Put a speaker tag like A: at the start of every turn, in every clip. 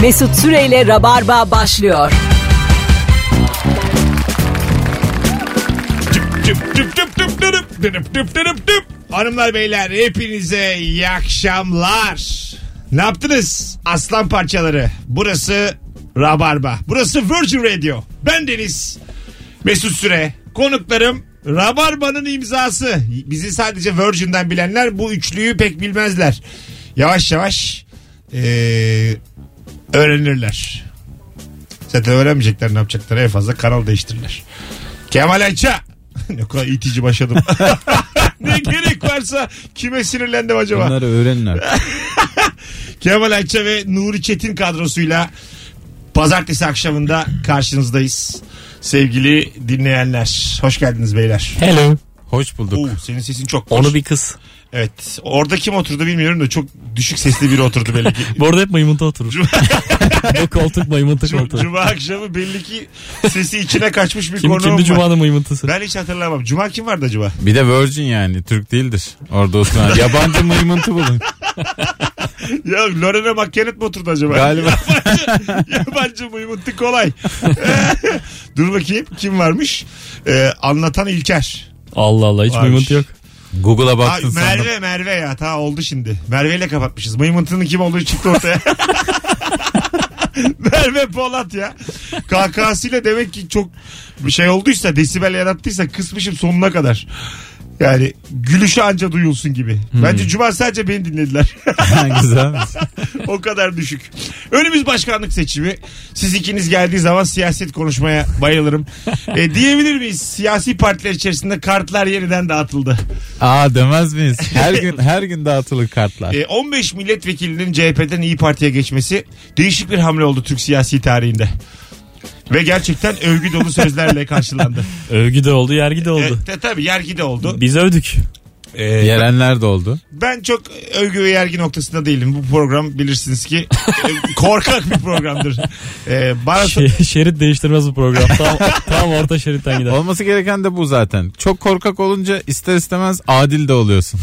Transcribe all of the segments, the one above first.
A: Mesut Süreyle Rabarba başlıyor.
B: Tüp tüp tüp tüp tüp tüp tüp tüp tüp tüp. Hanımlar beyler hepinize iyi akşamlar. Ne yaptınız? Aslan parçaları. Burası Rabarba. Burası Virgin Radio. Ben Deniz. Mesut Süre. Konuklarım Rabarba'nın imzası. Bizi sadece Virgin'den bilenler bu üçlüyü pek bilmezler. Yavaş yavaş eee, öğrenirler. Zaten öğrenmeyecekler ne yapacaklar. En fazla kanal değiştirirler. Kemal Ayça. ne kadar itici başladım. ne gerek varsa kime sinirlendim acaba?
C: Bunları öğrenler.
B: Kemal Ayça ve Nuri Çetin kadrosuyla pazartesi akşamında karşınızdayız. Sevgili dinleyenler. Hoş geldiniz beyler.
D: Hello.
C: Hoş bulduk.
B: Oo, senin sesin çok hoş.
D: Onu bir kız.
B: Evet. Orada kim oturdu bilmiyorum da çok düşük sesli biri oturdu belli ki.
D: Bu arada hep maymunta oturur. Bu koltuk maymunta
B: Cum-
D: koltuğu.
B: Cuma akşamı belli ki sesi içine kaçmış bir
D: Kim,
B: konuğum
D: kimdi
B: var.
D: Cuma'nın maymuntası?
B: Ben hiç hatırlamam. Cuma kim vardı acaba?
C: Bir de Virgin yani Türk değildir. Orada Osman. Yabancı mıymıntı bulun.
B: Ya Lorena McKennet mi oturdu acaba?
C: Galiba.
B: Yabancı, yabancı mıymıntı kolay. Dur bakayım kim varmış? Ee, anlatan İlker.
D: Allah Allah hiç
B: Varmış.
D: maymuntı yok.
C: Google'a
B: Aa,
C: baktın sandım.
B: Merve Merve ya ta oldu şimdi. Merve ile kapatmışız. Mıymıntının kim olduğu çıktı ortaya. Merve Polat ya. Kahkahasıyla demek ki çok bir şey olduysa desibel yarattıysa kısmışım sonuna kadar. Yani gülüşü anca duyulsun gibi. Bence Cuma sadece beni dinlediler.
C: Güzelmiş.
B: o kadar düşük. Önümüz başkanlık seçimi. Siz ikiniz geldiği zaman siyaset konuşmaya bayılırım. E, diyebilir miyiz? Siyasi partiler içerisinde kartlar yeniden dağıtıldı.
C: Aa demez miyiz? Her gün her gün dağıtılır kartlar.
B: E, 15 milletvekilinin CHP'den İyi Parti'ye geçmesi değişik bir hamle oldu Türk siyasi tarihinde. Ve gerçekten övgü dolu sözlerle karşılandı.
D: Övgü de oldu yergi de oldu.
B: E, tabii yergi de oldu.
D: Biz övdük.
B: E,
C: Yerenler de oldu.
B: ben çok övgü ve yergi noktasında değilim. Bu program bilirsiniz ki e, korkak bir programdır. E, bana
D: Şey- şerit değiştirmez bu program. Tam, tam orta şeritten gider.
C: Olması gereken de bu zaten. Çok korkak olunca ister istemez adil de oluyorsun.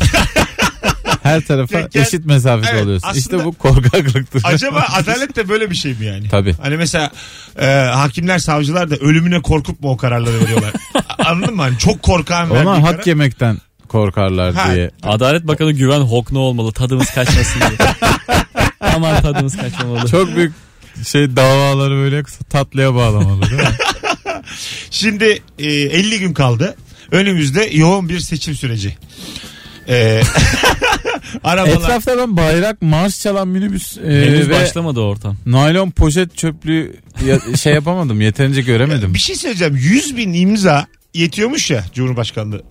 C: Her tarafa
B: Ya, gel-
C: eşit mesafede
B: Evet,
C: oluyorsun.
B: aslında-
C: İşte bu korkaklıktır.
B: Acaba adalet de böyle bir şey mi yani?
C: Tabii.
B: Hani mesela e, hakimler savcılar da ölümüne korkup mu o kararları veriyorlar? A- Anladın mı? Hani çok korkan verdiği
C: Ona
B: karar.
C: hak yemekten korkarlar
B: Ha.
C: diye.
D: Adalet Bakanı Güven Hokna olmalı. Tadımız kaçmasın diye. Aman tadımız kaçmamalı.
C: Çok büyük şey davaları böyle tatlıya bağlamalı değil mi?
B: Şimdi e, 50 gün kaldı. Önümüzde yoğun bir seçim süreci. E, arabalar.
C: Etrafta ben bayrak, marş çalan minibüs e,
D: Henüz
C: ve
D: başlamadı o ortam.
C: naylon poşet çöplüğü ya- şey yapamadım. Yeterince göremedim.
B: Bir şey söyleyeceğim. 100 bin imza yetiyormuş ya Cumhurbaşkanlığı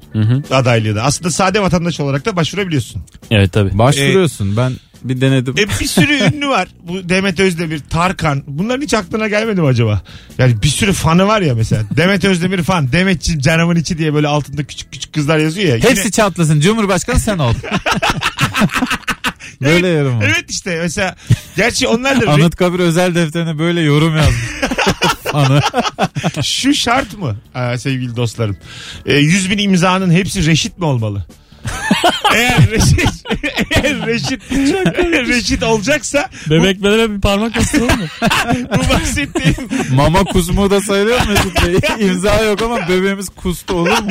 B: adaylığı da. Aslında sade vatandaş olarak da başvurabiliyorsun.
D: Evet tabii.
C: Başvuruyorsun. Ben bir denedim.
B: E bir sürü ünlü var. Bu Demet Özdemir, Tarkan. Bunların hiç aklına gelmedi mi acaba? Yani bir sürü fanı var ya mesela. Demet Özdemir fan. Demetçi canımın içi diye böyle altında küçük küçük kızlar yazıyor ya. Yine-
C: Hepsi çatlasın. Cumhurbaşkanı sen ol. böyle yorum var.
B: Evet işte mesela. Gerçi onlar da
C: Anıtkabir özel defterine böyle yorum yazmış. Ana.
B: şu şart mı Aa, sevgili dostlarım? E, 100 bin imzanın hepsi reşit mi olmalı? eğer reşit eğer reşit reşit olacaksa
D: Bebek bebeğe bir parmak bastıralım mı?
B: bu bahsettiğim
C: Mama kusmu da sayılıyor mu Mesut Bey? İmza yok ama bebeğimiz kustu olur mu?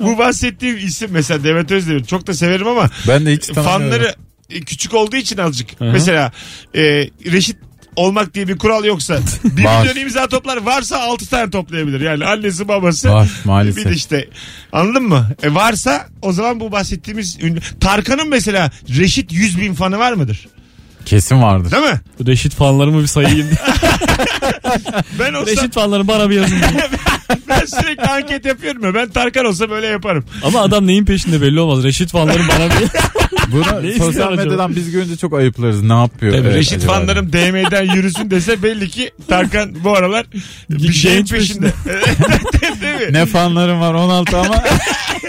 B: bu bahsettiğim isim mesela Demet Özdemir çok da severim ama
C: Ben de hiç tanımıyorum.
B: fanları e, küçük olduğu için azıcık.
D: hı.
B: Mesela e, reşit olmak diye bir kural yoksa bir
C: Var.
B: milyon imza toplar varsa altı tane toplayabilir. Yani annesi babası.
C: Var
B: Bir de
C: maalesef.
B: işte anladın mı? E varsa o zaman bu bahsettiğimiz ünlü. Tarkan'ın mesela Reşit 100 bin fanı var mıdır?
C: Kesin vardır.
B: Değil mi?
D: Reşit fanlarımı bir sayayım.
B: Ben olsam
D: Reşit fanları bana bir yazın.
B: ben sürekli anket yapıyorum ya. Ben Tarkan olsa böyle yaparım.
D: Ama adam neyin peşinde belli olmaz. Reşit fanları bana bir...
C: Bunu
D: Ne
C: sosyal
D: istiyor acaba?
C: medyadan biz görünce çok ayıplarız. Ne yapıyor?
D: Tabii,
C: Evet,
B: Reşit
C: acaba?
B: fanlarım DM'den yürüsün dese belli ki Tarkan bu aralar bir
D: Genç
B: şeyin peşinde.
D: peşinde.
B: Değil mi?
C: Ne fanlarım var 16 ama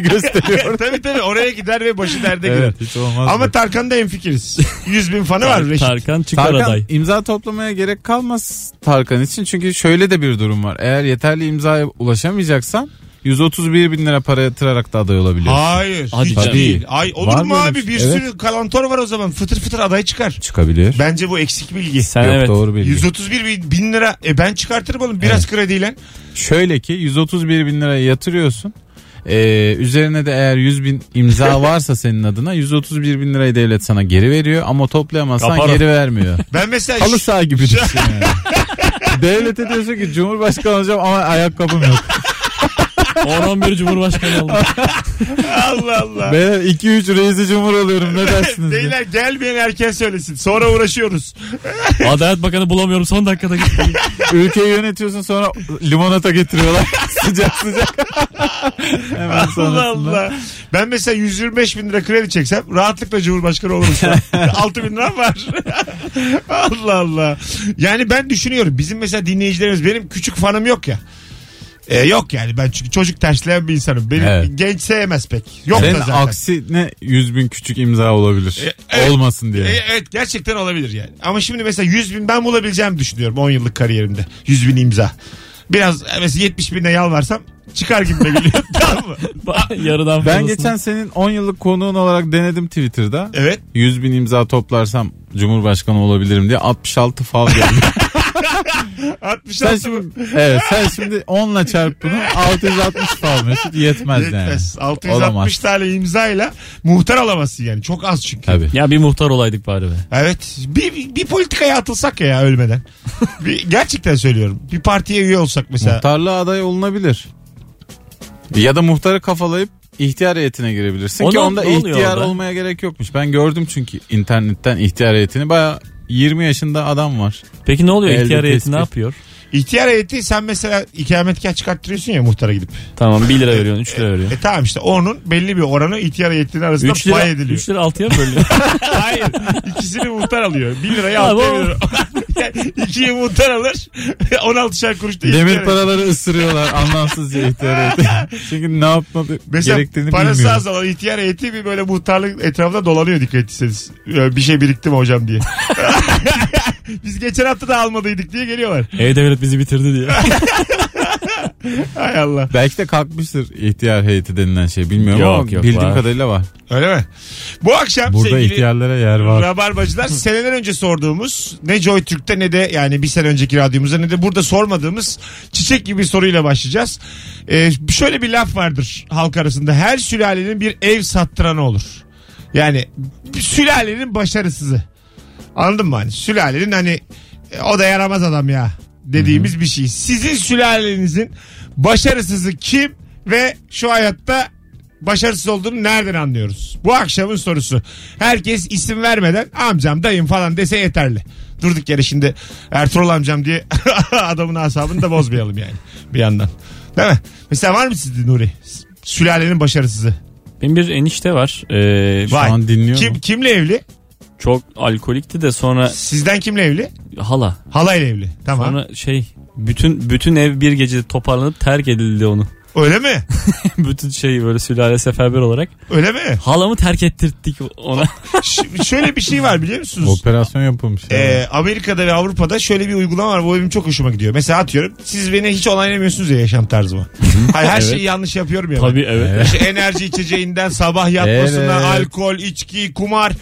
C: gösteriyor.
B: E, tabii tabii oraya gider ve başı derde girer.
C: Evet hiç olmaz.
B: Ama
C: Ama
B: Tarkan'da enfikiriz. 100 bin fanı var Reşit.
D: Tarkan çıkar
C: Tarkan
D: aday.
C: imza toplamaya gerek kalmaz Tarkan için. Çünkü şöyle de bir durum var. Eğer yeterli imzaya ulaşamayacaksan 131 bin lira para yatırarak da aday olabiliyorsun.
B: Hayır.
D: Hadi
B: hiç
D: canım.
B: değil. Ay olur
C: Var
B: mu
C: böyle
B: abi?
C: bir şey?
B: Bir
C: Evet.
B: sürü kalantor var o zaman. Fıtır fıtır aday çıkar.
C: Çıkabilir.
B: Bence bu eksik bilgi.
D: Sen
C: Yok
D: evet.
C: doğru bilgi.
B: 131 bin, bin lira. E ben çıkartırım oğlum biraz krediyle.
C: Şöyle ki 131 bin liraya yatırıyorsun. Ee, üzerine de eğer 100 bin imza varsa senin adına 131 bin lirayı devlet sana geri veriyor ama toplayamazsan
D: Yaparım.
C: geri vermiyor.
B: Ben mesela
C: Halı saha gibi düşün yani. Devlete diyorsun ki Cumhurbaşkanı olacağım ama ayakkabım yok.
D: 10-11 Cumhurbaşkanı oldu.
B: Allah Allah.
C: Beyler 2-3 reisi cumhur oluyorum ne dersiniz? diye.
B: Beyler gelmeyen erken söylesin. Sonra uğraşıyoruz.
D: Adalet Bakanı bulamıyorum son dakikada gitti.
C: Ülkeyi yönetiyorsun sonra limonata getiriyorlar sıcak sıcak. Hemen
B: Allah
C: sonrasında.
B: Allah. Ben mesela 125 bin lira kredi çeksem rahatlıkla Cumhurbaşkanı olurum. şu an. 6 bin liram var. Allah Allah. Yani ben düşünüyorum. Bizim mesela dinleyicilerimiz benim küçük fanım yok ya. Ee, yok yani ben çünkü çocuk tersleyen bir insanım. Benim
C: Evet.
B: genç sevmez pek. Yok
C: Senin
B: da zaten.
C: aksine 100 bin küçük imza olabilir.
B: evet.
C: Olmasın diye.
B: E, evet gerçekten olabilir yani. Ama şimdi mesela 100 bin ben bulabileceğimi düşünüyorum 10 yıllık kariyerimde. 100 bin imza. Biraz e, mesela 70 bine yalvarsam çıkar gibi geliyor. tamam mı?
D: Yarıdan
C: Ben
D: fazlasını.
C: geçen senin 10 yıllık konuğun olarak denedim Twitter'da.
B: Evet.
C: 100 bin imza toplarsam Cumhurbaşkanı olabilirim diye 66 fav geldi.
B: 66
C: sen şimdi, evet, sen şimdi 10 ile çarp bunu 660 fav mesut yetmez,
B: Yetmez.
C: yani.
B: 660
C: Olamaz.
B: tane imzayla muhtar alamazsın yani. Çok az çünkü.
C: Tabii.
D: Ya bir muhtar olaydık bari be.
B: Evet. Bir, bir politikaya atılsak ya ölmeden. bir, gerçekten söylüyorum. Bir partiye üye olsak mesela.
C: Muhtarlığa aday olunabilir. Ya da muhtarı kafalayıp ihtiyar heyetine girebilirsin
D: O
C: ki
D: ne-
C: onda
D: ne oluyor
C: ihtiyar
D: orada?
C: olmaya gerek yokmuş. Ben gördüm çünkü internetten ihtiyar heyetini baya 20 yaşında adam var.
D: Peki ne oluyor?
C: Elde
D: İhtiyar heyeti
C: tespit.
D: ne yapıyor?
B: İhtiyar heyeti sen mesela ikametgah çıkarttırıyorsun ya muhtara gidip.
D: Tamam 1 lira veriyorsun 3 lira veriyorsun.
B: E tamam işte onun belli bir oranı ihtiyar heyetinin arasında
D: 3 lira,
B: pay ediliyor.
D: 3 lira 6'ya bölüyor.
B: Hayır. İkisini muhtar alıyor. 1 lirayı
D: Tamam.
B: altıya veriyor. Yani İkiyi muhtar alır. 16'şer kuruş da ihtiyar
C: Demir
B: heyeti.
C: paraları ısırıyorlar anlamsızca ihtiyar heyeti. Çünkü ne yapmadı
B: Mesela
C: gerektiğini
B: parası
C: bilmiyor.
B: az olan ihtiyar heyeti bir böyle muhtarlık etrafında dolanıyor dikkat etseniz. Ee, Bir şey birikti mi hocam diye. Biz geçen hafta da almadıydık diye geliyorlar.
D: E-Devlet E, bizi bitirdi diye.
B: Hay Allah.
C: Belki de kalkmıştır ihtiyar heyeti denilen şey bilmiyorum
D: Yok,
C: ama
D: yok,
C: bildiğim
D: var.
C: kadarıyla var.
B: Öyle mi? Bu akşam
C: Burada
B: sevgili
C: ihtiyarlara yer var.
B: Rabarbacılar seneler önce sorduğumuz ne Joy Türk'te ne de yani bir sene önceki radyomuzda ne de burada sormadığımız çiçek gibi soruyla başlayacağız. Ee, şöyle bir laf vardır halk arasında her sülalenin bir ev sattıranı olur. Yani bir sülalenin başarısızı. Anladın mı? Hani sülalenin hani e, o da yaramaz adam ya dediğimiz bir şey. Sizin sülalenizin başarısızı kim ve şu hayatta başarısız olduğunu nereden anlıyoruz? Bu akşamın sorusu. Herkes isim vermeden amcam dayım falan dese yeterli. Durduk yere şimdi Ertuğrul amcam diye adamın asabını da bozmayalım yani bir yandan. Değil mi? Mesela var mı sizde Nuri? Sülalenin başarısızı.
D: Benim bir enişte var. Ee,
C: Şu
B: Vay.
C: an dinliyor
B: Kim,
C: mu?
B: kimle evli?
D: çok alkolikti de sonra
B: Sizden kimle evli?
D: hala.
B: Halayla evli. Tamam.
D: Sonra şey bütün bütün ev bir gecede toparlanıp terk edildi onu.
B: Öyle mi?
D: bütün şey böyle sülale seferber olarak.
B: Öyle mi?
D: Halamı terk ettirttik ona.
B: Ş- şöyle bir şey var biliyor musunuz?
C: Operasyon yapılmış.
B: Ee, Amerika'da ve Avrupa'da şöyle bir uygulama var. Bu benim çok hoşuma gidiyor. Mesela atıyorum siz beni hiç onaylamıyorsunuz ya yaşam tarzıma. Hayır, her şeyi yanlış yapıyorum ya. ben.
D: Tabii evet.
C: Evet.
B: İşte enerji içeceğinden sabah yatmasına
C: Ee. Evet.
B: alkol, içki, kumar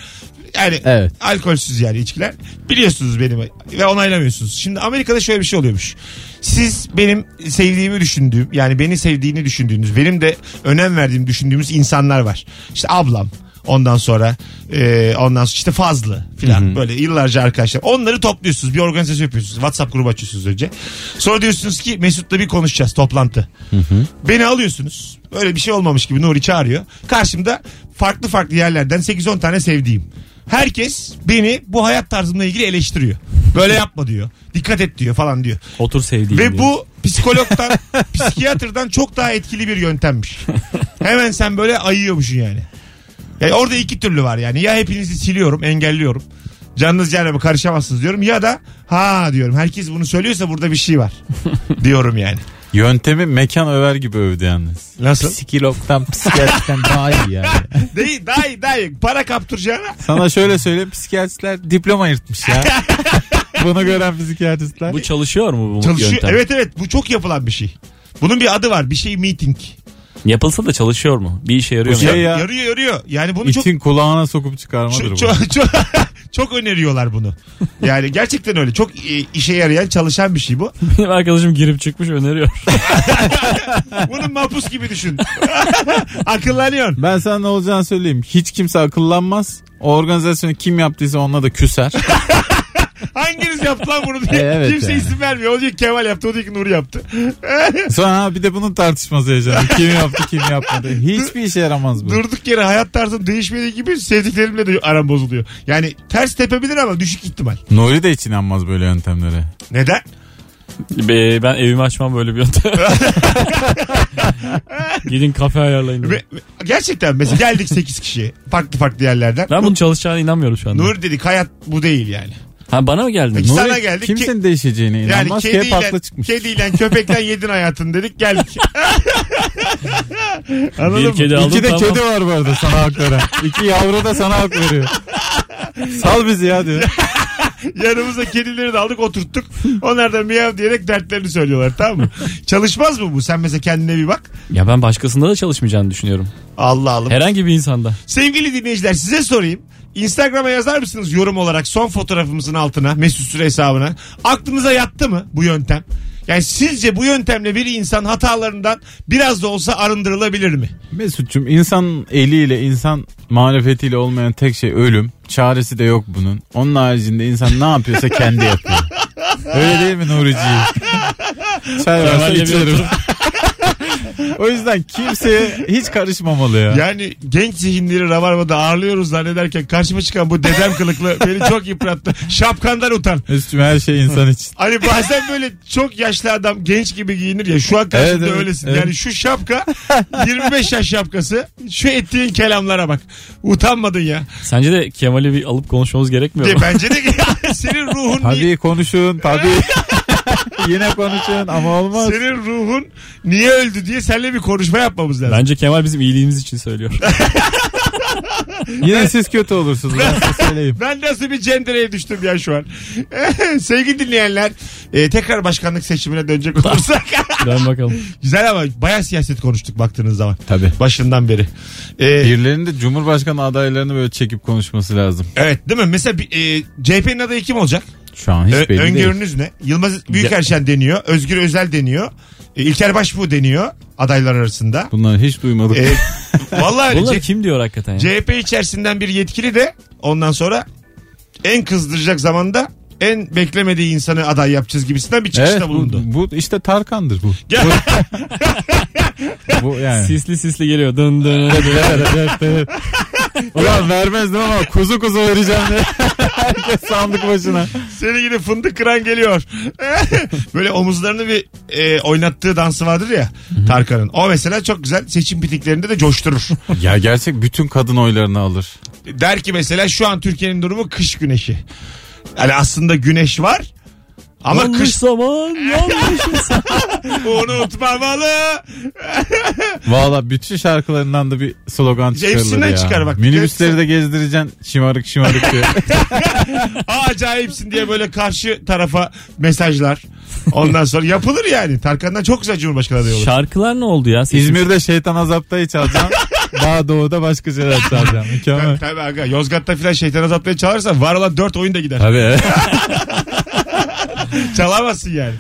B: yani
C: Evet.
B: alkolsüz yani içkiler. Biliyorsunuz benim ve onaylamıyorsunuz. Şimdi Amerika'da şöyle bir şey oluyormuş. Siz benim sevdiğimi düşündüğüm yani beni sevdiğini düşündüğünüz benim de önem verdiğimi düşündüğümüz insanlar var. İşte ablam ondan sonra e, ondan sonra işte Fazlı filan böyle yıllarca arkadaşlar. Onları topluyorsunuz bir organizasyon yapıyorsunuz. WhatsApp grubu açıyorsunuz önce. Sonra diyorsunuz ki Mesut'la bir konuşacağız toplantı. Beni alıyorsunuz. Öyle bir şey olmamış gibi Nuri çağırıyor. Karşımda farklı farklı yerlerden 8-10 tane sevdiğim. Herkes beni bu hayat tarzımla ilgili eleştiriyor. Böyle yapma diyor. Dikkat et diyor falan diyor.
D: Otur sevdiğim.
B: Ve
D: diyor.
B: bu psikologdan, psikiyatrdan çok daha etkili bir yöntemmiş. Hemen sen böyle ayıyormuşsun yani. Yani orada iki türlü var yani. Ya hepinizi siliyorum, engelliyorum. Canınız cehenneme karışamazsınız diyorum. Ya da ha diyorum. Herkes bunu söylüyorsa burada bir şey var. diyorum yani.
C: Yöntemi mekan över gibi övdü yalnız.
B: Nasıl?
C: Psikologdan psikiyatristen daha iyi yani.
B: Değil daha iyi daha iyi. Para kaptıracağına
C: Sana şöyle söyleyeyim psikiyatristler diploma yırtmış ya. Bunu gören psikiyatristler.
D: bu çalışıyor mu bu
B: çalışıyor.
D: yöntem?
B: Evet evet bu çok yapılan bir şey. Bunun bir adı var. Bir şey meeting.
D: Yapılsa da çalışıyor mu? Bir işe yarıyor
C: Bu
D: mu?
C: şey
D: yani?
C: ya-
B: Yarıyor yarıyor. Yani bunu çok
C: İtin kulağına sokup çıkarmadır bu.
B: çok, çok, çok, çok öneriyorlar bunu. Yani gerçekten öyle. Çok e, işe yarayan, çalışan bir şey bu.
D: Benim arkadaşım girip çıkmış öneriyor.
B: Bunu mapus gibi düşün. Akıllanıyorsun.
C: Ben sana ne olacağını söyleyeyim. Hiç kimse akıllanmaz. O organizasyonu kim yaptıysa onunla da küser.
B: Hanginiz yaptı lan bunu diye.
C: E, evet
B: Kimse
C: yani.
B: isim vermiyor. O diyor ki Kemal yaptı, o diyor ki Nur yaptı.
C: Sonra ha bir de bunun tartışması yaşandı. Kim yaptı kim yapmadı. Hiçbir işe yaramaz bu.
B: Durduk yere hayat tarzım değişmediği gibi sevdiklerimle de aram bozuluyor. Yani ters tepebilir ama düşük ihtimal.
C: Nuri de hiç inanmaz böyle yöntemlere.
B: Neden?
D: Be, ben evimi açmam böyle bir yöntem. Gidin kafe ayarlayın. dedi.
B: Ve- ve- gerçekten mesela geldik 8 kişi. Farklı farklı yerlerden.
D: Ben bunun çalışacağına inanmıyorum şu anda.
B: Nur dedik hayat bu değil yani.
D: Ha bana mı geldin?
B: Peki. Sana
C: Nuri
B: geldik ki-
C: kimsenin değişeceğine
B: Yani
C: inanmaz ki hep
B: kediyle,
C: haklı çıkmış.
B: kediyle köpekten yedin hayatını dedik geldik. Anladın
D: Bir
B: mı?
D: kedi aldım
C: İki de
D: tamam.
C: kedi var bu arada sana hak veren. İki yavru da sana hak veriyor. Sal bizi ya diyor.
B: Yanımıza kedileri de aldık oturttuk. Onlar da miyav diyerek dertlerini söylüyorlar tamam mı? Çalışmaz mı bu? Sen mesela kendine bir bak.
D: Ya ben başkasında da çalışmayacağını düşünüyorum.
B: Allah Allah.
D: Herhangi bir insanda.
B: Sevgili dinleyiciler size sorayım. Instagram'a yazar mısınız yorum olarak son fotoğrafımızın altına Mesut Süre hesabına? Aklınıza yattı mı bu yöntem? Yani sizce bu yöntemle bir insan hatalarından biraz da olsa arındırılabilir mi?
C: Mesut'cum insan eliyle insan marifetiyle olmayan tek şey ölüm. Çaresi de yok bunun. Onun haricinde insan ne yapıyorsa kendi yapıyor. Öyle değil mi Nuri'ciğim? Çay varsa
D: Kemal'le bir
C: içerim. o yüzden kimseye hiç karışmamalı ya.
B: Yani genç zihinleri Rabarba'da ağırlıyoruz zannederken karşıma çıkan bu dedem kılıklı beni çok yıprattı. Şapkandan utan.
C: Mesut'cum her şey insan için.
B: Hani bazen böyle çok yaşlı adam genç gibi giyinir ya şu an karşımda
C: Evet, evet,
B: öylesin.
C: evet.
B: Yani şu şapka 25 yaş şapkası şu ettiğin kelamlara bak. Utanmadın ya.
D: Sence de Kemal'i bir alıp konuşmamız gerekmiyor
B: De,
D: mu?
B: bence de senin ruhun niye,
C: Tabii konuşun tabii. Yine konuşun ama olmaz.
B: senin ruhun niye öldü diye seninle bir konuşma yapmamız lazım.
D: Bence Kemal bizim iyiliğimiz için söylüyor.
C: Yine siz kötü olursunuz ben size söyleyeyim.
B: Ben nasıl bir cendereye düştüm ya şu an. Sevgili dinleyenler e, tekrar başkanlık seçimine dönecek olursak.
D: Dön bakalım.
B: Güzel ama baya siyaset konuştuk baktığınız zaman.
C: Tabii.
B: Başından beri. E,
C: Birilerinin de Cumhurbaşkanı adaylarını böyle çekip konuşması lazım.
B: evet değil mi? Mesela bir- e, CHP'nin adayı kim olacak?
C: Şu an hiç
B: Ö-
C: belli değil.
B: öngörünüz ne? Yılmaz Büyükerşen deniyor. Özgür Özel deniyor. e, İlker Başbuğ deniyor adaylar arasında.
C: Bunları hiç duymadık.
B: E, vallahi öyle.
D: Bunları
B: C-
D: kim diyor hakikaten ya?
B: CHP içerisinden bir yetkili de ondan sonra en kızdıracak zamanda en beklemediği insanı aday yapacağız gibisinden bir çıkışta
C: evet bu,
B: bulundu.
C: bu işte Tarkan'dır bu.
B: Gel.
C: bu, bu yani.
D: Sisli sisli geliyor. Dın dın.
C: Ulan vermezdim ama kuzu kuzu vereceğim diye. Herkes sandık başına.
B: Seni yine fındık kıran geliyor. Böyle omuzlarını bir e, oynattığı dansı vardır ya Tarkan'ın. O mesela çok güzel seçim bitiklerinde de coşturur.
C: Ya gerçek bütün kadın oylarını alır.
B: Der ki mesela şu an Türkiye'nin durumu kış güneşi. Yani aslında güneş var ama
D: yanlış
B: kış
D: zaman yanlış insan.
B: unutmamalı.
C: Valla bütün şarkılarından da bir slogan çıkarılır
B: Hepsinden
C: ya.
B: çıkar bak.
C: Minibüsleri de gezdireceksin şımarık şımarık diye.
B: Aa, acayipsin diye böyle karşı tarafa mesajlar. Ondan sonra yapılır yani. Tarkan'dan çok güzel Cumhurbaşkanı adayı olur.
D: Şarkılar ne oldu ya? Sisli
C: İzmir'de şeytan azaptayı çalacağım. Daha doğuda başka şeyler çalacağım. Mükemmel.
B: Tabii aga Yozgat'ta filan şeytan azapları çalarsan var olan dört oyun da gider.
C: Tabii.
B: Çalamazsın yani.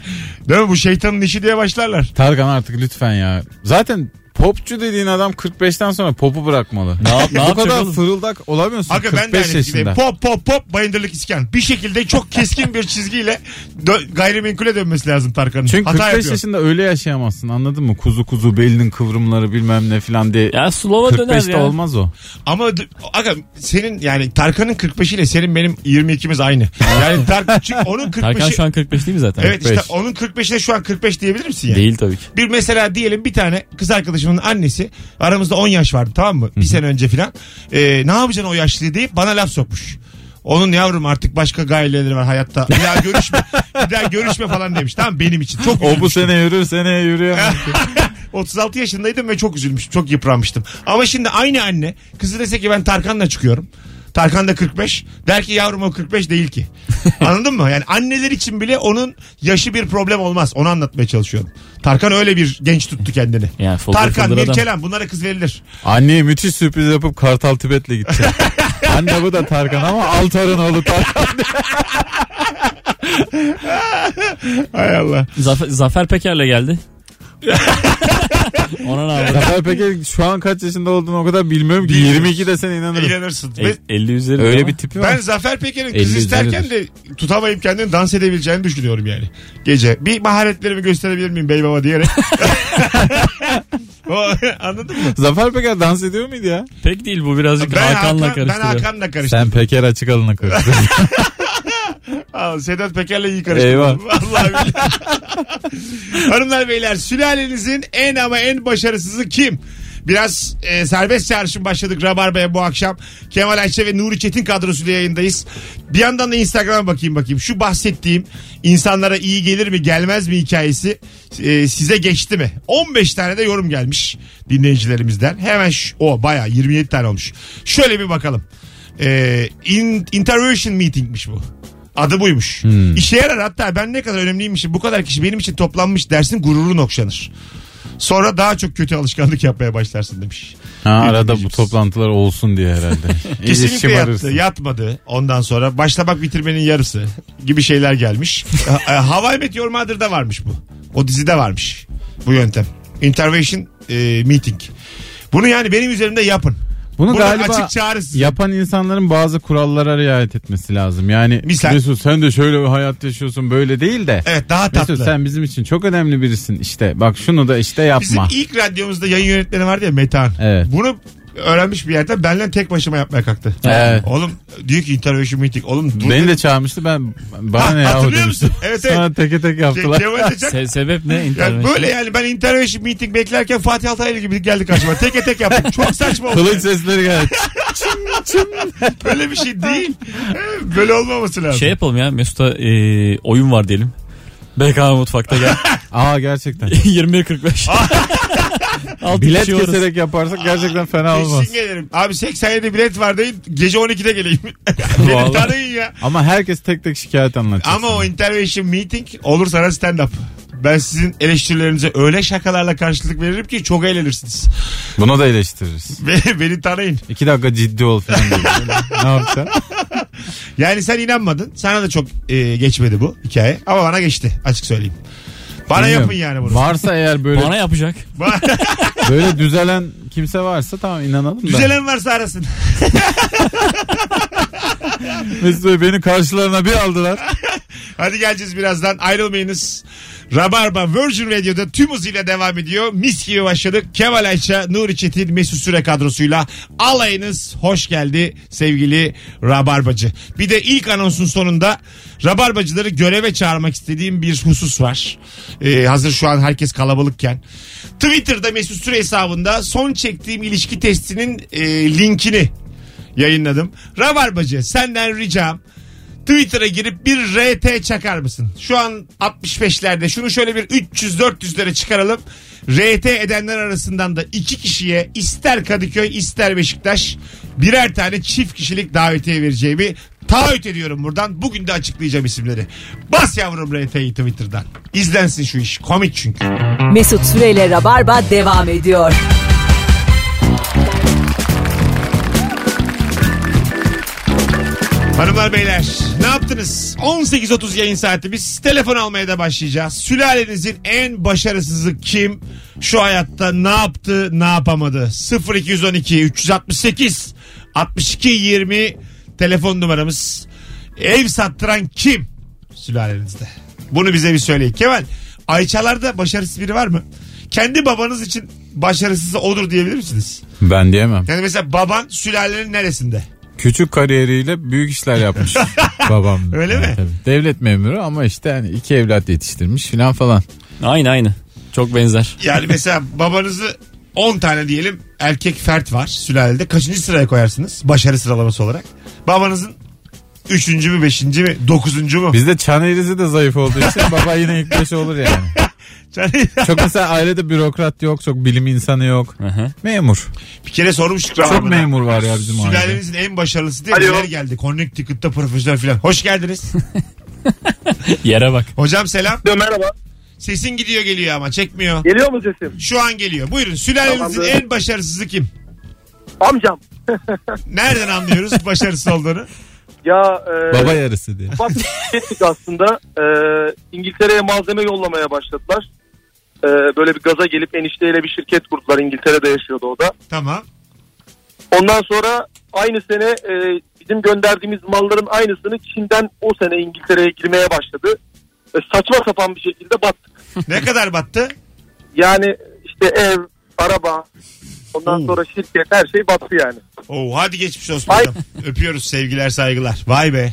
B: Değil mi? Bu şeytanın işi diye başlarlar.
C: Tarkan artık lütfen ya. Zaten popçu dediğin adam 45'ten sonra popu bırakmalı.
D: Ne yap- ne
C: Bu
D: yapacak
C: kadar
D: oğlum?
C: fırıldak olamıyorsun
B: Aga ben de
C: 45
B: aynı şekilde
C: yaşında.
B: pop pop pop bayındırlık iskan. Bir şekilde çok keskin bir çizgiyle dö- gayrimenkule dönmesi lazım Tarkan'ın.
C: Çünkü
B: Hata
C: 45
B: yapıyor.
C: yaşında öyle yaşayamazsın anladın mı? Kuzu kuzu belinin kıvrımları bilmem ne filan diye.
D: Ya Slova döner
C: 45'te
D: ya.
C: olmaz o.
B: Ama d- aga senin yani Tarkan'ın 45 ile senin benim 22'miz aynı. Yani Tarkan çünkü onun 45'i
D: Tarkan şu an 45 değil mi zaten?
B: Evet
C: 45.
B: işte onun 45'ine şu an 45 diyebilir misin yani?
D: Değil tabii ki.
B: Bir mesela diyelim bir tane kız arkadaşımın annesi aramızda 10 yaş vardı tamam mı? Bir sene önce filan. Ee, ne yapacaksın o yaşlıyı deyip bana laf sokmuş. Onun yavrum artık başka gayeleri var hayatta. Bir daha görüşme. bir daha görüşme falan demiş. Tamam benim için. Çok
C: O bu
B: üzülmüştüm.
C: sene yürür seneye yürüyor.
B: 36 yaşındaydım ve çok üzülmüştüm. Çok yıpranmıştım. Ama şimdi aynı anne kızı dese ki ben Tarkan'la çıkıyorum. Tarkan da 45. Der ki yavrum o 45 değil ki. Anladın mı? Yani anneler için bile onun yaşı bir problem olmaz. Onu anlatmaya çalışıyorum. Tarkan öyle bir genç tuttu kendini.
D: Yani fıldır
B: Tarkan,
D: fıldır adam.
B: Mirkelam bunlara kız verilir.
C: Anneye müthiş sürpriz yapıp Kartal Tibet'le gitti. Anne bu da Tarkan ama Altar'ın oğlu Tarkan.
B: Hay Allah.
D: Zafer, Zafer Peker'le geldi. Ona ne yapalım?
C: Zafer Peker şu an kaç yaşında olduğunu o kadar bilmiyorum ki.
B: Bilmiyorum.
C: 22 desen inanırım.
B: İnanırsın. Ve
D: E- 50 üzeri
C: Öyle
D: ama.
C: bir tipi var.
B: Ben Zafer Peker'in kız
C: Elli
B: isterken de tutamayıp kendini dans edebileceğini düşünüyorum yani. Gece. Bir maharetlerimi gösterebilir miyim bey baba diyerek. O, Anladın mı?
C: Zafer Peker dans ediyor muydu ya?
D: Pek değil bu birazcık
B: Ben, Hakan,
D: Hakan'la
B: ben
D: karıştırıyor.
B: Hakan'la karıştım.
C: Sen Peker açık alına karıştın.
B: Aa, Sedat Peker'le iyi karıştım.
C: Eyvah.
B: Vallahi billahi. Hanımlar beyler sülalenizin en ama en başarısızı kim? Biraz e, serbest çağrışım başladık Rabarba'ya bu akşam. Kemal Ayşe ve Nuri Çetin kadrosuyla yayındayız. Bir yandan da Instagram'a bakayım bakayım. Şu bahsettiğim insanlara iyi gelir mi gelmez mi hikayesi e, size geçti mi? 15 tane de yorum gelmiş dinleyicilerimizden. Hemen şu- o bayağı 27 tane olmuş. Şöyle bir bakalım. E, in, intervention meetingmiş bu. Adı buymuş.
C: Hmm.
B: İşe yarar hatta ben ne kadar önemliymişim bu kadar kişi benim için toplanmış dersin gururun okşanır. Sonra daha çok kötü alışkanlık yapmaya başlarsın demiş.
C: Ha, arada bu toplantılar olsun diye herhalde. İyice
B: Kesinlikle yattı,
C: şımarırsın.
B: yatmadı. Ondan sonra başlamak bitirmenin yarısı gibi şeyler gelmiş. Ha- ha, How I Met Your Mother'da varmış bu. O dizide varmış bu yöntem. Intervention e, Meeting. Bunu yani benim üzerimde yapın.
C: Bunu
B: Buradan
C: galiba
B: açık çağrısı.
C: yapan insanların bazı kurallara riayet etmesi lazım. Yani
B: Misal.
C: Mesut sen de şöyle bir hayat yaşıyorsun böyle değil de.
B: Evet daha tatlı.
C: Mesut sen bizim için çok önemli birisin işte. Bak şunu da işte
B: Bizim
C: yapma.
B: ilk radyomuzda yayın yönetmeni vardı ya Metehan.
C: Evet.
B: Bunu öğrenmiş bir yerden benle tek başıma yapmaya kalktı.
C: Evet.
B: Oğlum diyor ki intervention meeting. Oğlum dur.
C: Beni de çağırmıştı ben bana
B: Ha,
C: ne yahu
B: hatırlıyor
C: demiştim.
B: musun? Evet, Şey,
C: Sonra teke tek yaptılar.
B: Kemal Tecak-
D: Se- sebep ne?
B: Yani
D: İnternet.
B: böyle yani ben intervention meeting beklerken Fatih Altaylı gibi geldi karşıma. Teke tek yaptık. Çok saçma oldu.
C: Kılıç sesleri geldi.
B: Böyle bir şey değil. Böyle olmaması lazım.
D: Şey yapalım ya Mesut'a e, oyun var diyelim. BK mutfakta gel.
C: Aa gerçekten.
D: 20'ye 45. Altı
C: Bilet
D: kişi varız.
C: keserek yaparsak gerçekten fena olmaz.
B: Kesin gelirim. Abi 87 bilet var değil. Gece 12'de geleyim. Beni
D: Vallahi.
B: tanıyın ya.
C: Ama herkes tek tek şikayet anlatacak.
B: Ama o intervention meeting olur sana stand up. Ben sizin eleştirilerinize öyle şakalarla karşılık veririm ki çok eğlenirsiniz.
C: Bunu da eleştiririz.
B: Ve beni tanıyın.
C: İki dakika ciddi ol falan diyor. ne yapacaksın?
B: Yani sen inanmadın. Sana da çok e, geçmedi bu hikaye. Ama bana geçti açık söyleyeyim. Bana
C: Bilmiyorum.
B: yapın yani bunu.
C: Varsa eğer böyle
D: Bana yapacak.
C: böyle düzelen kimse varsa tamam inanalım da.
B: Düzelen varsa arasın.
C: Mesut Bey beni karşılarına bir aldılar.
B: Hadi geleceğiz birazdan ayrılmayınız. Rabarba Virgin Radio'da tüm hızıyla devam ediyor. Mis gibi başladık. Kemal Ayça, Nuri Çetin, Mesut Süre kadrosuyla alayınız hoş geldi sevgili Rabarbacı. Bir de ilk anonsun sonunda Rabarbacıları göreve çağırmak istediğim bir husus var. Ee, hazır şu an herkes kalabalıkken. Twitter'da Mesut Süre hesabında son çektiğim ilişki testinin e, linkini yayınladım. Rabarbacı senden ricam Twitter'a girip bir RT çakar mısın? Şu an 65'lerde şunu şöyle bir 300-400'lere çıkaralım. RT edenler arasından da iki kişiye ister Kadıköy ister Beşiktaş birer tane çift kişilik davetiye vereceğimi taahhüt ediyorum buradan. Bugün de açıklayacağım isimleri. Bas yavrum RT'yi Twitter'dan. İzlensin şu iş. Komik çünkü.
A: Mesut Süreyle Rabarba devam ediyor.
B: Hanımlar beyler ne yaptınız? 18.30 yayın saatimiz. Telefon almaya da başlayacağız. Sülalenizin en başarısızı kim? Şu hayatta ne yaptı ne yapamadı? 0212 368 62 20 telefon numaramız. Ev sattıran kim? Sülalenizde. Bunu bize bir söyleyin. Kemal Ayçalar'da başarısız biri var mı? Kendi babanız için başarısızı odur diyebilir misiniz?
C: Ben diyemem.
B: Yani mesela baban sülalenin neresinde?
C: Küçük kariyeriyle büyük işler yapmış babam.
B: Öyle
C: Yani
B: mi?
C: tabii. Devlet memuru ama işte hani iki evlat yetiştirmiş filan falan.
D: Aynı aynı. Çok benzer.
B: Yani mesela babanızı 10 tane diyelim erkek fert var sülalede. Kaçıncı sıraya koyarsınız başarı sıralaması olarak? Babanızın 3. mü 5. mi 9. mu?
C: Bizde çan eğrisi de zayıf olduğu için baba yine ilk beş olur yani. Çok mesela ailede bürokrat yok, çok bilim insanı yok.
D: Aha.
C: Memur.
B: bir kere sormuştuk
C: Çok
B: Rabarba'da.
C: memur var ya bizim ailede.
B: Sülalenizin en başarılısı diye neler geldi. Connecticut'ta profesör falan. Hoş geldiniz.
D: Yere bak.
B: Hocam selam.
E: Diyor, merhaba.
B: Sesin gidiyor geliyor ama çekmiyor.
E: Geliyor mu sesim?
B: Şu an geliyor. Buyurun sülalenizin
E: Tamamdır.
B: en başarısızı kim?
E: Amcam.
B: Nereden anlıyoruz başarısız olduğunu?
E: Ya e,
C: Baba yarısı diye.
E: ufak bir şey aslında e, İngiltere'ye malzeme yollamaya başladılar. E, böyle bir gaza gelip enişteyle bir şirket kurdular. İngiltere'de yaşıyordu o da.
B: Tamam.
E: Ondan sonra aynı sene e, bizim gönderdiğimiz malların aynısını Çin'den o sene İngiltere'ye girmeye başladı. E, saçma sapan bir şekilde battık.
B: Ne kadar battı?
E: Yani işte ev, araba, ondan
B: Oo.
E: sonra şirket her şey battı yani.
B: Oo, hadi geçmiş olsun hocam. Öpüyoruz sevgiler saygılar. Vay be.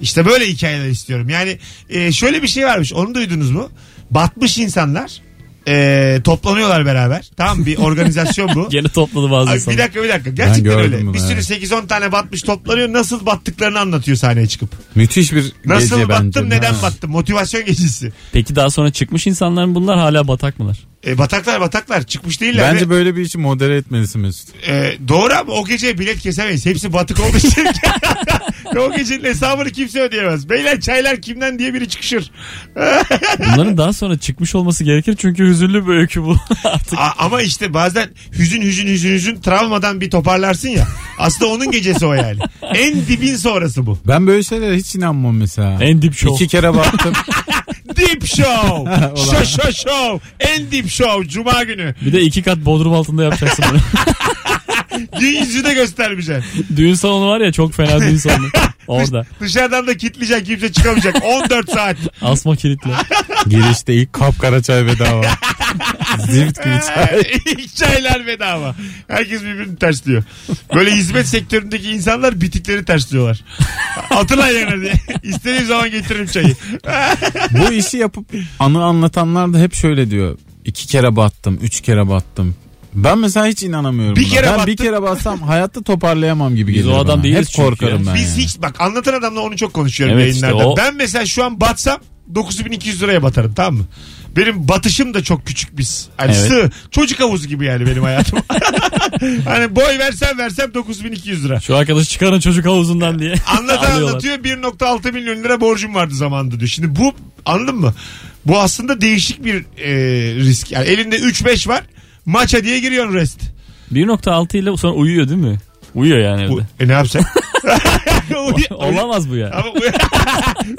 B: İşte böyle hikayeler istiyorum. Yani e, şöyle bir şey varmış. Onu duydunuz mu? Batmış insanlar e, toplanıyorlar beraber. Tam bir organizasyon bu.
D: Gene topladı bazı
B: Ay, bir
D: insanlar.
B: dakika bir dakika. Gerçekten
C: gördüm
B: öyle.
C: bunu,
B: Bir sürü
C: evet.
B: 8-10 tane batmış toplanıyor. Nasıl battıklarını anlatıyor sahneye çıkıp.
C: Müthiş bir
B: Nasıl
C: gece
B: battım
C: bence.
B: neden
C: Ha.
B: battım. Motivasyon gecesi.
D: Peki daha sonra çıkmış insanların bunlar hala batak mılar?
B: E, bataklar bataklar çıkmış değiller.
C: Bence
B: ve,
C: böyle bir işi modere etmelisin Mesut.
B: e, doğru ama o gece bilet kesemeyiz. Hepsi batık olduğu için. Ve o gecenin hesabını kimse ödeyemez. Beyler çaylar kimden diye biri çıkışır.
D: Bunların daha sonra çıkmış olması gerekir çünkü hüzünlü bir öykü bu. Artık
B: A- ama işte bazen hüzün hüzün hüzün hüzün travmadan bir toparlarsın ya. Aslında onun gecesi o yani. En dibin sonrası bu.
C: Ben böyle şeylere hiç inanmam mesela.
D: en dip şov.
C: İki kere baktım.
B: Dip show.
C: Ulan.
B: şo şo show. En dip show. Cuma günü.
D: Bir de iki kat bodrum altında yapacaksın bunu.
B: Gün yüzüne göstermeyeceksin.
D: düğün salonu var ya çok fena düğün salonu. Orada.
B: Dışarıdan da kitleyeceksin kimse çıkamayacak. 14 saat.
D: Asma kilitle.
C: Girişte ilk kapkara çay bedava. Zift gibi çay.
B: İlk çaylar bedava. Herkes birbirini tersliyor. Böyle hizmet sektöründeki insanlar bitikleri tersliyorlar. Atın ayağına diye. İstediğim zaman getiririm çayı.
C: Bu işi yapıp anı anlatanlar da hep şöyle diyor. İki kere battım, üç kere battım. Ben mesela hiç inanamıyorum
B: Bir
C: buna.
B: kere
C: ben
B: battın.
C: bir kere batsam hayatta toparlayamam gibi
D: Biz
C: geliyor
D: o adam
C: bana.
D: değiliz
C: Hep
D: çünkü
C: korkarım
D: ya.
C: ben.
B: Biz
C: yani.
B: hiç bak anlatan adamla onu çok konuşuyorum
D: Evet işte
B: yayınlarda.
D: o-
B: Ben mesela şu an batsam 9200 liraya batarım tamam mı? Benim batışım da çok küçük biz. Hani
D: Evet.
B: sığ. Çocuk havuzu gibi yani benim hayatım. hani boy versem versem 9200 lira.
D: Şu arkadaşı çıkarın çocuk havuzundan diye.
B: Anlatan
D: Alıyorlar.
B: anlatıyor 1.6 milyon lira borcum vardı zamanında diyor. Şimdi bu anladın mı? Bu aslında değişik bir e, risk. Yani elinde 3-5 var. Maça diye giriyorsun rest.
D: 1.6 ile sonra uyuyor değil mi? Uyuyor yani
B: Bu,
D: evde.
B: e ne yapsın? Uyu-
D: Olamaz bu ya.
B: Ama uy-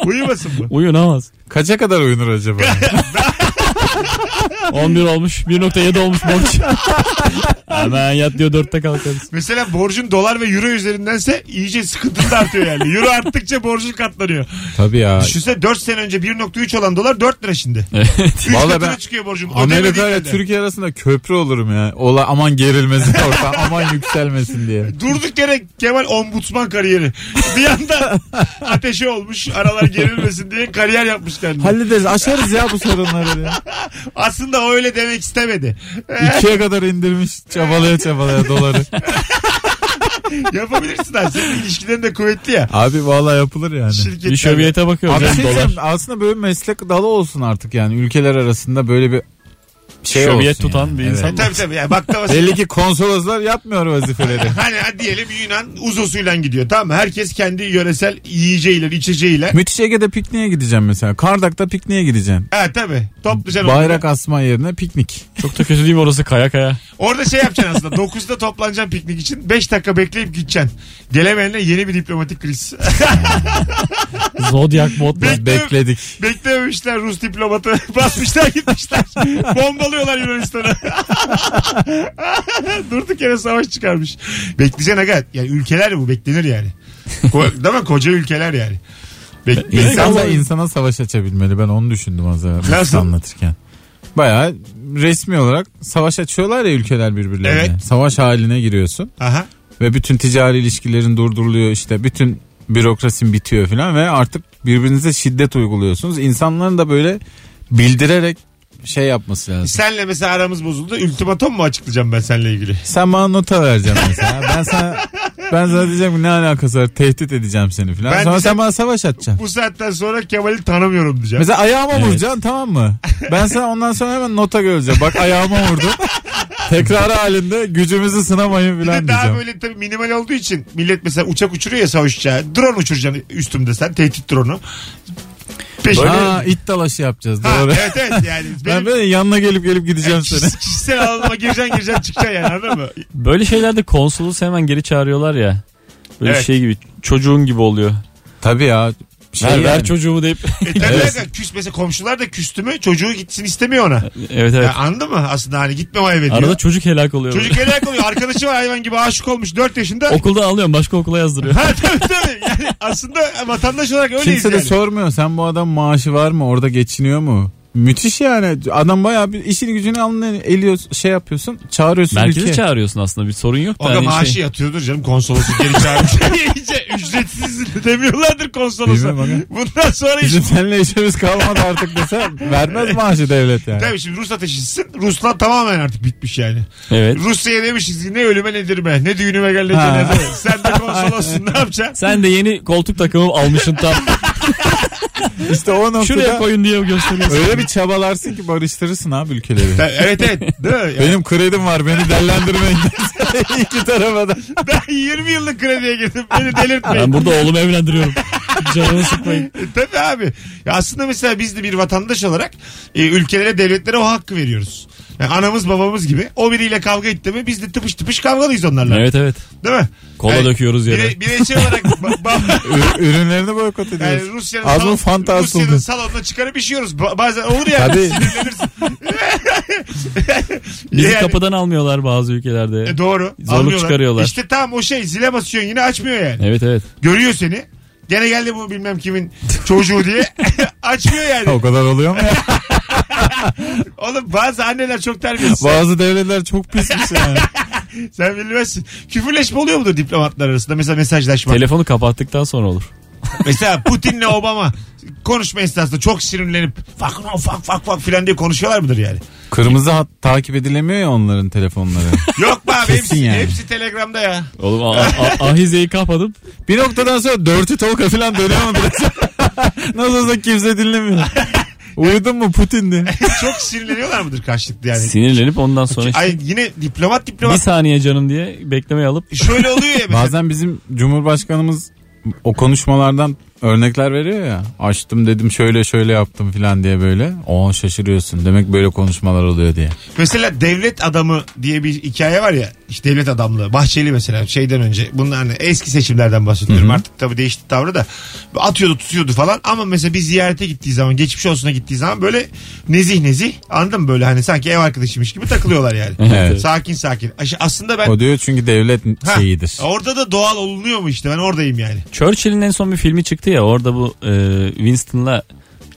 B: uyumasın bu.
D: Uyunamaz.
C: Kaça kadar oyunur acaba?
D: 11 olmuş. 1.7 olmuş borç. Hemen yat diyor 4'te kalkarız.
B: Mesela borcun dolar ve euro üzerindense iyice sıkıntın da artıyor yani. Euro arttıkça borcun katlanıyor.
C: Tabii ya.
B: Düşünsene 4 sene önce 1.3 olan dolar 4 lira şimdi.
D: Evet.
B: 3
C: Vallahi
B: katına
C: ben-
B: çıkıyor borcum. Ödemediğin
C: Amerika ile
B: halde.
C: Türkiye arasında köprü olurum ya. Ola aman gerilmesin ortam, aman yükselmesin diye.
B: Durduk yere Kemal ombudsman kariyeri. Bir yanda ateşi olmuş aralar gerilmesin diye kariyer yapmış kendine.
C: Hallederiz, aşarız ya bu sorunları diye.
B: Aslında o öyle demek istemedi. Eh,
C: İkiye kadar indirmiş çabalaya çabalaya doları.
B: Yapabilirsin ha. Senin ilişkilerin de kuvvetli ya.
C: Abi vallahi yapılır yani.
B: Şirketler.
D: Bir şöbiyete bakıyoruz.
C: Abi
D: yani
C: şey
D: dolar.
C: diyeceğim, aslında böyle meslek dalı olsun artık yani. Ülkeler arasında böyle bir şey
D: Şöbiyet
C: olsun
D: tutan
C: yani.
D: bir insan.
B: E, tabii tabii. Yani baklava
C: Belli ki konsoloslar yapmıyor vazifeleri.
B: Hani hadi diyelim Yunan uzosuyla gidiyor tamam mı? Herkes kendi yöresel yiyeceğiyle içeceğiyle.
C: Müthiş Ege'de pikniğe gideceğim mesela. Kardak'ta pikniğe gideceğim.
B: Ha tabii. Toplayacaksın
C: Bayrak asma yerine piknik.
D: Çok da kötü değil mi orası kaya kaya.
B: Orada şey yapacaksın aslında. 9'da toplanacaksın piknik için. 5 dakika bekleyip gideceksin. Gelemeyenle yeni bir diplomatik kriz.
D: Zodyak modla.
B: Bekle-
C: Biz bekledik.
B: Beklememişler Rus diplomatı. Basmışlar gitmişler. Bombalıyorlar Yunanistan'ı. Durduk yere savaş çıkarmış. Bekleyeceksin aga. Yani ülkeler bu beklenir yani. Ko- Değil mi? Koca ülkeler yani. Bek-
C: İnsanla
B: Beklen-
C: insana savaş açabilmeli. Ben onu düşündüm az evvel
B: Nasıl?
C: anlatırken. Bayağı resmi olarak savaş açıyorlar ya ülkeler birbirlerine.
B: Evet.
C: Savaş haline giriyorsun
B: Aha.
C: ve bütün ticari ilişkilerin durduruluyor işte bütün bürokrasin bitiyor falan ve artık birbirinize şiddet uyguluyorsunuz. İnsanların da böyle bildirerek şey yapması lazım.
B: Senle mesela aramız bozuldu. Ultimatom mu açıklayacağım ben seninle ilgili?
C: Sen bana nota vereceksin mesela. Ben sana ben sana diyeceğim ki ne alakası var tehdit edeceğim seni falan.
B: Ben
C: Sonra
B: diyeceğim-
C: sen bana savaş atacaksın.
B: Bu saatten sonra Kemal'i tanımıyorum diyeceğim.
C: Mesela ayağıma
D: Evet.
C: vuracaksın tamam mı? Ben sana ondan sonra hemen nota göreceğim. Bak ayağıma vurdum. Tekrar halinde gücümüzü sınamayın
B: Bir
C: falan
B: de daha
C: diyeceğim.
B: böyle tabii minimal olduğu için millet mesela uçak uçuruyor ya savaş uçağı. Drone uçuracaksın üstümde sen. Tehdit drone'u. peşine.
C: Ha it dalaşı yapacağız
B: Ha,
C: doğru.
B: evet evet yani.
C: Ben
B: Benim
C: böyle yanına gelip gelip gideceğim seni.
B: kişis- kişisel alanıma gireceksin gireceksin çıkacaksın yani anladın mı?
D: Böyle şeylerde konsolosu hemen geri çağırıyorlar ya. Böyle
B: Evet.
D: şey gibi çocuğun gibi oluyor.
C: Tabii ya. Şey
D: ver ver
C: yani.
D: çocuğumu deyip.
B: E, tabii evet. küs mesela komşular da küstü mü çocuğu gitsin istemiyor ona.
D: evet evet.
B: Ya, anladın mı? Aslında hani gitmem o eve diyor.
D: Arada çocuk helak oluyor.
B: Çocuk ele yakalıyor. Arkadaşı var hayvan gibi aşık olmuş 4 yaşında.
D: Okulda alıyorum başka okula yazdırıyor.
B: Ha tabii tabii. Yani aslında vatandaş olarak öyleyiz
C: Kimse de
B: yani.
C: sormuyor. Sen bu adam maaşı var mı? Orada geçiniyor mu? Müthiş yani. Adam bayağı bir işini gücünü alın eliyor şey yapıyorsun. Çağırıyorsun
D: Merkeze
C: ülkeye.
D: çağırıyorsun aslında bir sorun yok da.
B: Orada
D: hani
B: maaşı
D: şey-
B: yatıyordur canım konsolosu geri çağırmış. İyice ücretsiz demiyorlardır konsolosa.
C: Bizim bana-
B: Bundan sonra iş...
C: Bizim seninle işimiz kalmadı artık dese vermez maaşı devlet yani.
B: Tabii şimdi Rus ateşisin. Ruslan tamamen artık bitmiş yani.
D: Evet.
B: Rusya'ya demişiz ki ne ölüme ne dirime ne düğünüme gel ne
C: Ha.
B: cenazeme. Sen de konsolossun ne yapacaksın?
D: Sen de yeni koltuk takımı almışsın tam.
C: İşte o noktada
D: Şuraya koyun diye gösteriyorsun.
C: öyle bir çabalarsın ki barıştırırsın abi ülkeleri.
B: Evet evet. Değil mi? Yani
C: Benim kredim var beni dellendirmeyin. İki tarafa da.
B: ben 20 yıllık krediye girdim. Beni delirtmeyin.
D: Ben burada oğlumu evlendiriyorum. Canını sıkmayın.
B: E, Tabii abi. Ya aslında mesela biz de bir vatandaş olarak e, ülkelere, devletlere o hakkı veriyoruz. Yani anamız babamız gibi. O biriyle kavga etti mi biz de tıpış tıpış kavgalıyız onlarla.
D: Evet evet.
B: Değil mi?
D: Kola döküyoruz yere.
B: Bire, bireysel şey olarak ba- ba-
C: Ür- Ürünlerini boykot
B: yani
C: ediyoruz.
B: Rusya'nın,
C: Az
B: salon-
C: mı fanta
B: Rusya'nın
C: asıldı?
B: salonuna çıkarıp işiyoruz. Ba- bazen olur yani.
C: Tabii.
B: Sinirlenirsin.
D: Bizi
B: Yani-
D: kapıdan almıyorlar bazı ülkelerde.
B: E, doğru.
D: Zorluk
B: Almıyorlar.
D: çıkarıyorlar.
B: İşte tam o şey zile basıyorsun yine açmıyor yani.
D: Evet evet.
B: Görüyor seni. Gene geldi bu bilmem kimin çocuğu diye. açmıyor yani.
C: O kadar oluyor mu?
B: Oğlum bazı anneler çok terbiyesiz.
C: Bazı devletler çok pismiş yani.
B: Sen bilmezsin. Küfürleşme oluyor mudur diplomatlar arasında? Mesela mesajlaşma.
D: Telefonu kapattıktan sonra olur.
B: Mesela Putin'le Obama konuşma esnasında çok sinirlenip fak lan, fak fak fak filan diye konuşuyorlar mıdır yani?
C: Kırmızı hat takip edilemiyor ya onların telefonları.
B: Yok be abi
C: Kesin
B: hepsi,
C: yani.
B: hepsi telegramda ya.
D: Oğlum a- a- ahizeyi kapatıp
C: bir noktadan sonra dörtü toka falan dönüyor mu biraz? Nasıl olsa kimse dinlemiyor. Uyudun mu Putin diye.
B: çok sinirleniyorlar mıdır karşılıklı yani?
D: sinirlenip ondan sonra işte
B: Ay yine diplomat
D: bir
B: diplomat.
D: saniye canım diye beklemeye alıp
B: Şöyle oluyor ya mesela.
C: Bazen bizim Cumhurbaşkanımız o konuşmalardan örnekler veriyor ya. Açtım dedim şöyle şöyle yaptım falan diye böyle. O şaşırıyorsun demek böyle konuşmalar oluyor diye.
B: Mesela devlet adamı diye bir hikaye var ya. işte devlet adamlığı. Bahçeli mesela şeyden önce. Bunlar hani eski seçimlerden bahsediyorum. Artık tabii değişti tavrı da. Atıyordu tutuyordu falan. Ama mesela bir ziyarete gittiği zaman geçmiş olsuna gittiği zaman böyle nezih nezih. Anladın mı böyle hani sanki ev arkadaşıymış gibi takılıyorlar yani.
C: Evet.
B: Sakin sakin. Aş- Aslında ben
C: O diyor çünkü devlet
B: Ha,
C: şeyidir.
B: orada da doğal olunuyor mu işte ben oradayım yani.
D: Churchill'in en son bir filmi çıktı ya orada bu e, Winston'la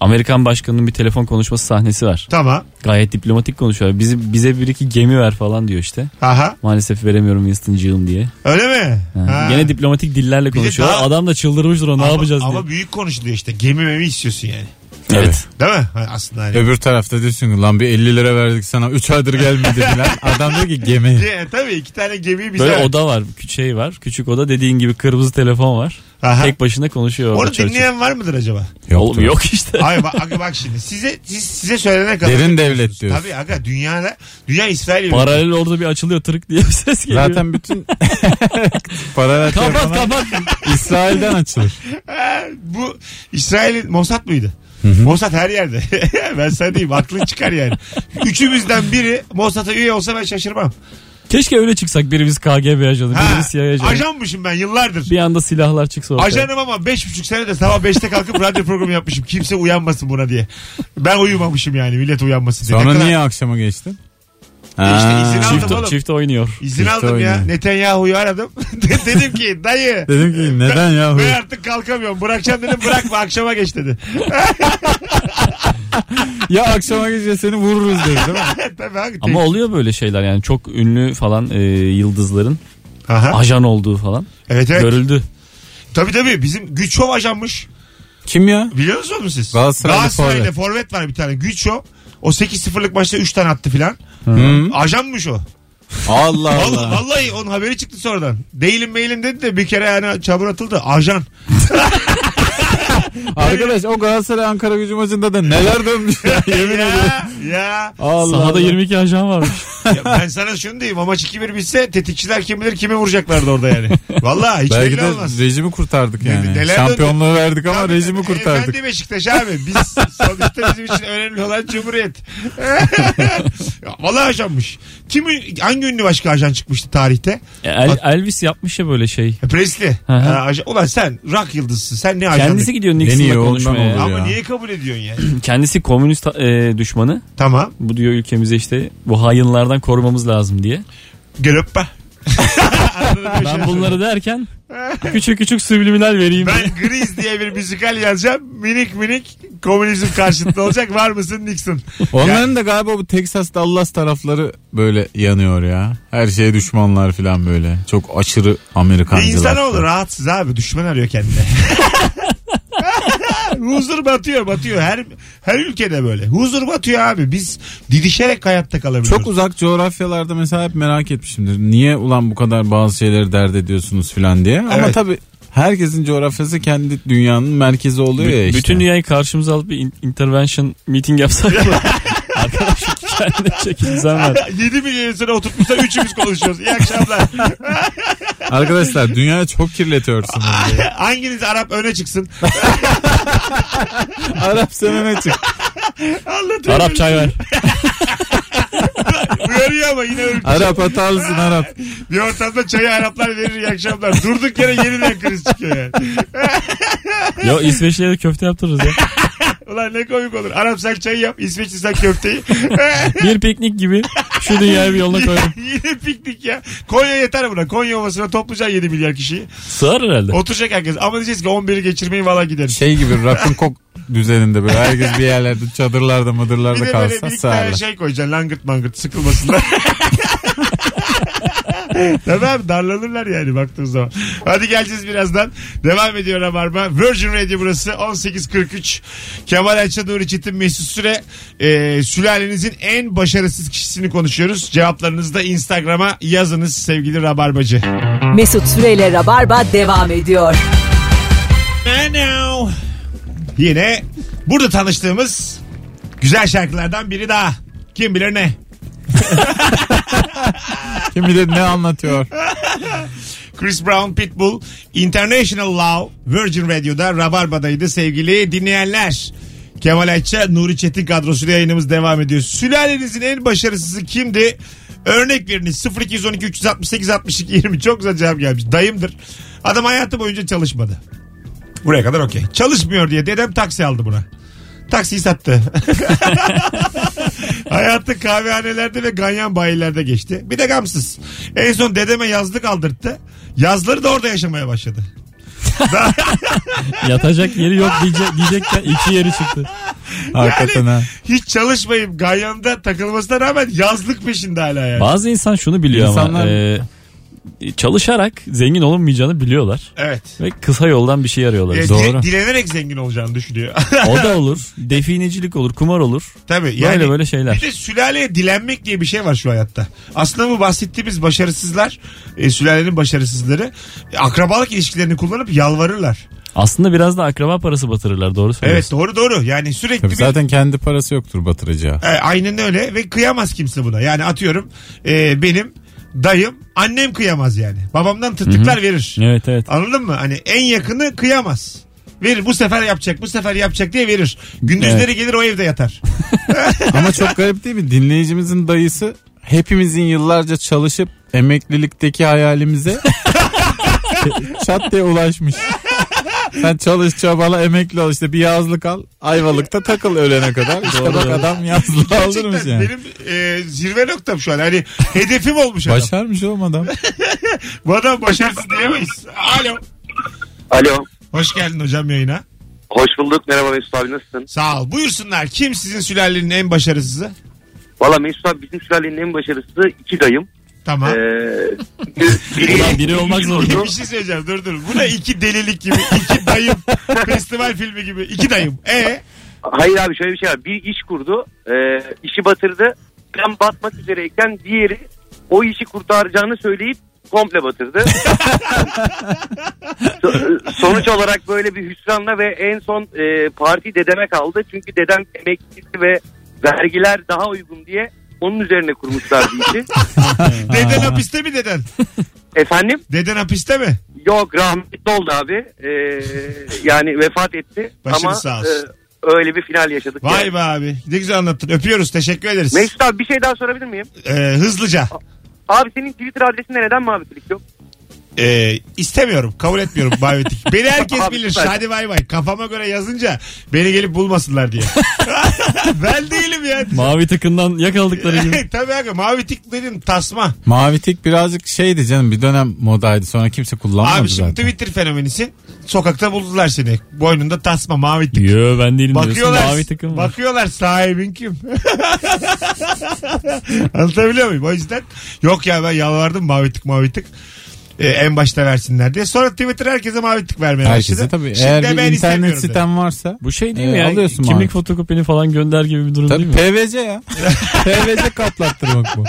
D: Amerikan başkanının bir telefon konuşması sahnesi var.
B: Tamam.
D: Gayet diplomatik konuşuyor. Bizi, bize bir iki gemi ver falan diyor işte.
B: Aha.
D: Maalesef veremiyorum Winston'cığım diye.
B: Öyle mi?
D: Ha.
B: Ha.
D: Gene diplomatik dillerle
B: de
D: konuşuyorlar.
B: daha-
D: Adam da çıldırmıştır o ne
B: Ama-
D: yapacağız
B: ama,
D: diye.
B: büyük konuşuluyor işte. Gemi memi istiyorsun yani.
D: Evet.
B: Değil mi? Ha, Aslında hani.
C: Öbür tarafta diyorsun ki, lan bir 50 lira verdik sana 3 aydır gelmedi falan. Adam diyor ki gemi.
B: Ge- E, Tabii iki tane gemiyi bize
D: Böyle
B: ver.
D: oda var, kü- şey var. Küçük oda dediğin gibi kırmızı telefon var.
B: Aha.
D: Tek başına konuşuyor orada
B: Onu
D: Churchill.
B: dinleyen var mıdır acaba?
D: Oğlum yok işte.
B: Ay bak, aga bak şimdi size siz, size söylene kadar.
C: Derin devlet diyor.
B: Tabii aga dünyada dünya İsrail
D: Paralel orada bir açılıyor tırık diye bir ses geliyor.
C: Zaten bütün paralel
D: kapat
C: telefonlar
D: kapat.
C: İsrail'den açılır.
B: Ha, bu İsrail'in Mossad mıydı? Mossad her yerde. ben sana diyeyim aklın çıkar yani. Üçümüzden biri Mossad'a üye olsa ben şaşırmam.
D: Keşke öyle çıksak birimiz KGB ajanı,
B: Ha,
D: birimiz CIA ajanı.
B: ajanmışım ben yıllardır.
D: Bir anda silahlar çıksa ortaya.
B: Ajanım ama beş buçuk senede sabah beşte kalkıp radyo programı yapmışım. Kimse uyanmasın buna diye. Ben uyumamışım yani millet uyanmasın diye. Ne
C: Sonra
B: kadar-
C: niye akşama geçtin?
B: işte izin
C: Ha.
B: aldım.
D: Çift,
B: oğlum.
D: çift oynuyor.
B: İzin
C: İşte
B: aldım ya.
C: oynuyor.
B: Netanyahu'yu aradım. De- dedim ki dayı.
C: Dedim ki neden ya?
B: Ben artık kalkamıyorum. Bırakacağım dedim. Bırakma akşama geç dedi.
C: ya akşama gece seni vururuz dedi değil mi?
B: Tabii abi.
D: Ama oluyor böyle şeyler yani çok ünlü falan e, yıldızların
B: Aha.
D: ajan olduğu falan
B: Evet evet.
D: görüldü.
B: Tabii tabii. Bizim Güçov ajanmış.
C: Kim ya?
B: Biliyor musunuz mu siz?
C: Galatasaraylı
B: forvet. var bir tane. Güçov. O 8-0'lık maçta 3 tane attı filan.
C: Hı.
B: Ajanmış o.
C: Allah
B: Vallahi,
C: Allah.
B: vallahi onun haberi çıktı sonradan. Değilim mailim dedi de bir kere yani çabur atıldı. Ajan.
C: Arkadaş o Galatasaray Ankara gücü maçında da neler dönmüş ya yemin ediyorum.
B: ya, ya.
C: Allah
D: Sahada
C: Allah.
D: 22 ajan varmış.
B: Ya ben sana şunu diyeyim o maç 2-1 bitse tetikçiler kim bilir kimi vuracaklardı orada yani. Vallahi hiç
C: Belki
B: belli
C: de
B: olmaz.
C: rejimi kurtardık
B: Ne-
C: yani.
B: neler
C: Şampiyonluğu verdik ama
B: Tabii,
C: rejimi kurtardık.
B: e, Efendi Beşiktaş abi. Biz sonuçta bizim için önemli olan Cumhuriyet. Ya Vallahi ajanmış. Kim, hangi ünlü başka ajan çıkmıştı tarihte?
D: El- Elvis E, yapmış ya böyle şey.
B: E, Presley.
D: Hı hı.
B: Ha, ajan- Ulan sen rock yıldızısın. Sen ne ajanlık?
D: Kendisi gidiyor
C: iyi
D: Nixon'la
C: ondan
D: konuşmaya.
C: oldu.
B: Ama
C: ya.
B: niye kabul ediyorsun yani?
D: Kendisi komünist e, düşmanı.
B: tamam.
D: Bu diyor ülkemize işte bu hainlerden korumamız lazım diye.
B: Gel öpme. Anladın mı?
D: Ben bunları derken küçük küçük subliminal vereyim.
B: Ben Gris diye bir müzikal yazacağım. Minik minik komünizm karşıtı olacak. Var mısın Nixon?
C: Onların da galiba bu Texas Dallas tarafları böyle yanıyor ya. Her şeye düşmanlar falan böyle. Çok aşırı
B: E
C: Amerikancılar.
B: insan olur rahatsız abi. Düşman arıyor kendine. Huzur batıyor batıyor. Her her ülkede böyle. Huzur batıyor abi. Biz didişerek hayatta kalabiliyoruz.
C: Çok uzak coğrafyalarda mesela hep merak etmişimdir. Niye ulan bu kadar bazı şeyleri dert ediyorsunuz falan diye. Ama
B: Evet.
C: tabii herkesin coğrafyası kendi dünyanın merkezi oluyor ya işte.
D: Bütün dünyayı karşımıza alıp bir in- intervention meeting yapsak mı? Arkadaşım kendine çekimizden var.
B: 7 milyon sene oturtmuşlar üçümüz konuşuyoruz. İyi akşamlar.
C: Arkadaşlar dünyayı çok kirletiyorsunuz. diye.
B: Hanginiz Arap öne çıksın?
C: Arap senene çık.
B: Anlatıyorum.
D: Arap çay ver.
B: Uyarıyor ama yine öyle.
C: Arap hatalısın Arap.
B: Bir ortamda çayı Araplar verir iyi akşamlar. Durduk yere yeniden kriz çıkıyor yani.
D: Yo İsveçli'ye de köfte yaptırırız ya.
B: Ulan ne komik olur. Arap sen çayı yap. İsveçli sen köfteyi.
D: Bir piknik gibi şu dünyayı bir yoluna koyalım.
B: Yine piknik ya. Konya yeter buna. Konya ovasına toplayacaksın 7 milyar kişiyi.
D: Sığar herhalde.
B: Oturacak herkes. Ama diyeceğiz ki 11'i geçirmeyin valla gideriz.
C: Şey gibi rakın kok düzeninde böyle herkes bir yerlerde çadırlarda
B: Bir
C: mıdırlarda
B: de böyle bir
C: kalsa
B: iki tane
C: sağlar.
B: şey koyacaksın. Langırt mangırt sıkılmasınlar. Tabii abi darlanırlar yani baktığın zaman. Hadi geleceğiz birazdan. Devam ediyor Rabarba. Virgin Radio burası 18.43. Kemal Ayça Nuri Çetin Mesut Süre. Ee, sülalenizin en başarısız kişisini konuşuyoruz. Cevaplarınızı da Instagram'a yazınız sevgili Rabarbacı.
A: Mesut Süreyle Rabarba devam ediyor.
B: Now. Yine burada tanıştığımız güzel şarkılardan biri daha. Kim bilir ne?
C: Kim bilir ne anlatıyor.
B: Chris Brown Pitbull International Love Virgin Radio'da Rabarba'daydı sevgili dinleyenler. Kemal Ayça, Nuri Çetin kadrosuyla yayınımız devam ediyor. Sülalenizin en başarısızı kimdi? Örnek veriniz 0212 368 62 20 çok güzel cevap gelmiş. Dayımdır. Adam hayatı boyunca çalışmadı. Buraya kadar okey. Çalışmıyor diye dedem taksi aldı buna. Taksiyi sattı. Hayatı kahvehanelerde ve ganyan bayilerde geçti. Bir de gamsız. En son dedeme yazlık aldırttı. Yazları da orada yaşamaya başladı.
D: Yatacak yeri yok diyecek, diyecekken iki yeri çıktı.
C: Hakikaten ha.
B: Hiç çalışmayıp ganyanda takılmasına rağmen yazlık peşinde hala yani.
D: Bazı insan şunu biliyor
C: İnsanlar-
D: ama e, çalışarak zengin olunmayacağını biliyorlar.
B: Evet.
D: Ve kısa yoldan bir şey arıyorlar.
B: E,
D: Doğru.
B: dile- dilenerek zengin olacağını düşünüyor.
D: O da olur. Definecilik olur. Kumar olur.
B: Tabii
D: Böyle
B: yani.
D: böyle şeyler.
B: Bir de sülaleye dilenmek diye bir şey var şu hayatta. Aslında bu bahsettiğimiz başarısızlar, e, sülalenin başarısızları e, akrabalık ilişkilerini kullanıp yalvarırlar.
D: Aslında biraz da akraba parası batırırlar. Doğru söylüyorsun.
B: Evet doğru doğru. Yani sürekli
C: Tabii
B: bir
C: zaten kendi parası yoktur batıracağı.
B: E, aynen öyle ve kıyamaz kimse buna. Yani atıyorum e, benim dayım annem kıyamaz yani. Babamdan tırtıklar verir.
D: Evet evet.
B: Anladın mı? Hani en yakını kıyamaz. Verir bu sefer yapacak bu sefer yapacak diye verir. Gündüzleri gelir o evde yatar.
C: Ama çok garip değil mi? Dinleyicimizin dayısı hepimizin yıllarca çalışıp emeklilikteki hayalimize çat diye ulaşmış. Sen çalış çabala emekli ol işte bir yazlık al Ayvalık'ta takıl ölene kadar. İşte bak adam yazlığı aldırmış
B: Gerçekten
C: yani.
B: Benim e, zirve noktam şu an. Hani hedefim olmuş adam.
C: Başarmış oğlum adam.
B: Bu adam başarısız diyemeyiz. Alo.
E: Alo.
B: Hoş geldin hocam yayına.
E: Hoş bulduk. Merhaba Mesut abi nasılsın?
B: Sağ ol. Buyursunlar. Kim sizin sülalenin en başarısızı?
E: Valla Mesut abi bizim sülalenin en başarısı iki dayım.
B: Tamam.
E: Ee, biri,
D: Ulan biri olmak zorunda.
B: Bir şey söyleyeceğim dur dur. Bu da iki delilik gibi. iki dayım. Festival filmi gibi. İki dayım. E
E: hayır abi şöyle bir şey var. Bir iş kurdu. ee, işi batırdı. Ben batmak üzereyken diğeri o işi kurtaracağını söyleyip komple batırdı. So- Sonuç olarak böyle bir hüsranla ve en son e, parti dedeme kaldı. Çünkü dedem emeklisi ve vergiler daha uygun diye Onun üzerine kurmuşlar bu işi.
B: Deden hapiste mi deden?
E: Efendim?
B: Deden hapiste mi?
E: Yok rahmetli oldu abi. Ee, yani vefat etti.
B: Başınız
E: ama
B: sağ olsun.
E: e, öyle bir final yaşadık.
B: Vay
E: yani.
B: be abi. Ne güzel anlattın. Öpüyoruz. Teşekkür ederiz.
E: Mesut abi bir şey daha sorabilir miyim?
B: Ee, hızlıca.
E: Abi senin Twitter adresinde neden mavicilik yok?
B: Ee, istemiyorum. Kabul etmiyorum davetlik. Beni herkes
E: Abi,
B: bilir.
E: süper.
B: Hadi bay bay. Kafama göre yazınca beni gelip bulmasınlar diye. ben değilim ya.
D: Mavi takımdan yakaladıkları gibi.
B: Tabii abi. Mavi tik dedim tasma.
C: Mavi tik birazcık şeydi canım bir dönem modaydı sonra kimse kullanmadı
B: Abi şimdi
C: zaten.
B: Twitter fenomenisin. Sokakta buldular seni. Boynunda tasma mavi tik.
D: Yo ben değilim diyorsun.
B: Bakıyorlar,
D: Mavi takım var.
B: bakıyorlar sahibin kim? Anlatabiliyor muyum? O yüzden yok ya ben yalvardım mavi tık mavi tık. Ee, en başta versinler diye. Sonra Twitter herkese mavi tık vermeye
C: Herkese
B: başladı.
C: tabii.
B: Şimdi
C: Eğer
B: de
C: bir
B: ben
C: internet
B: istemiyorum dedi.
C: sitem varsa
D: Bu şey değil
C: Ee,
D: mi ya?
C: alıyorsun
D: Kimlik
C: mavi.
D: fotokopini falan gönder gibi bir durum değil
C: tabii
D: mi?
C: PVC ya. PVC katlattırmak bu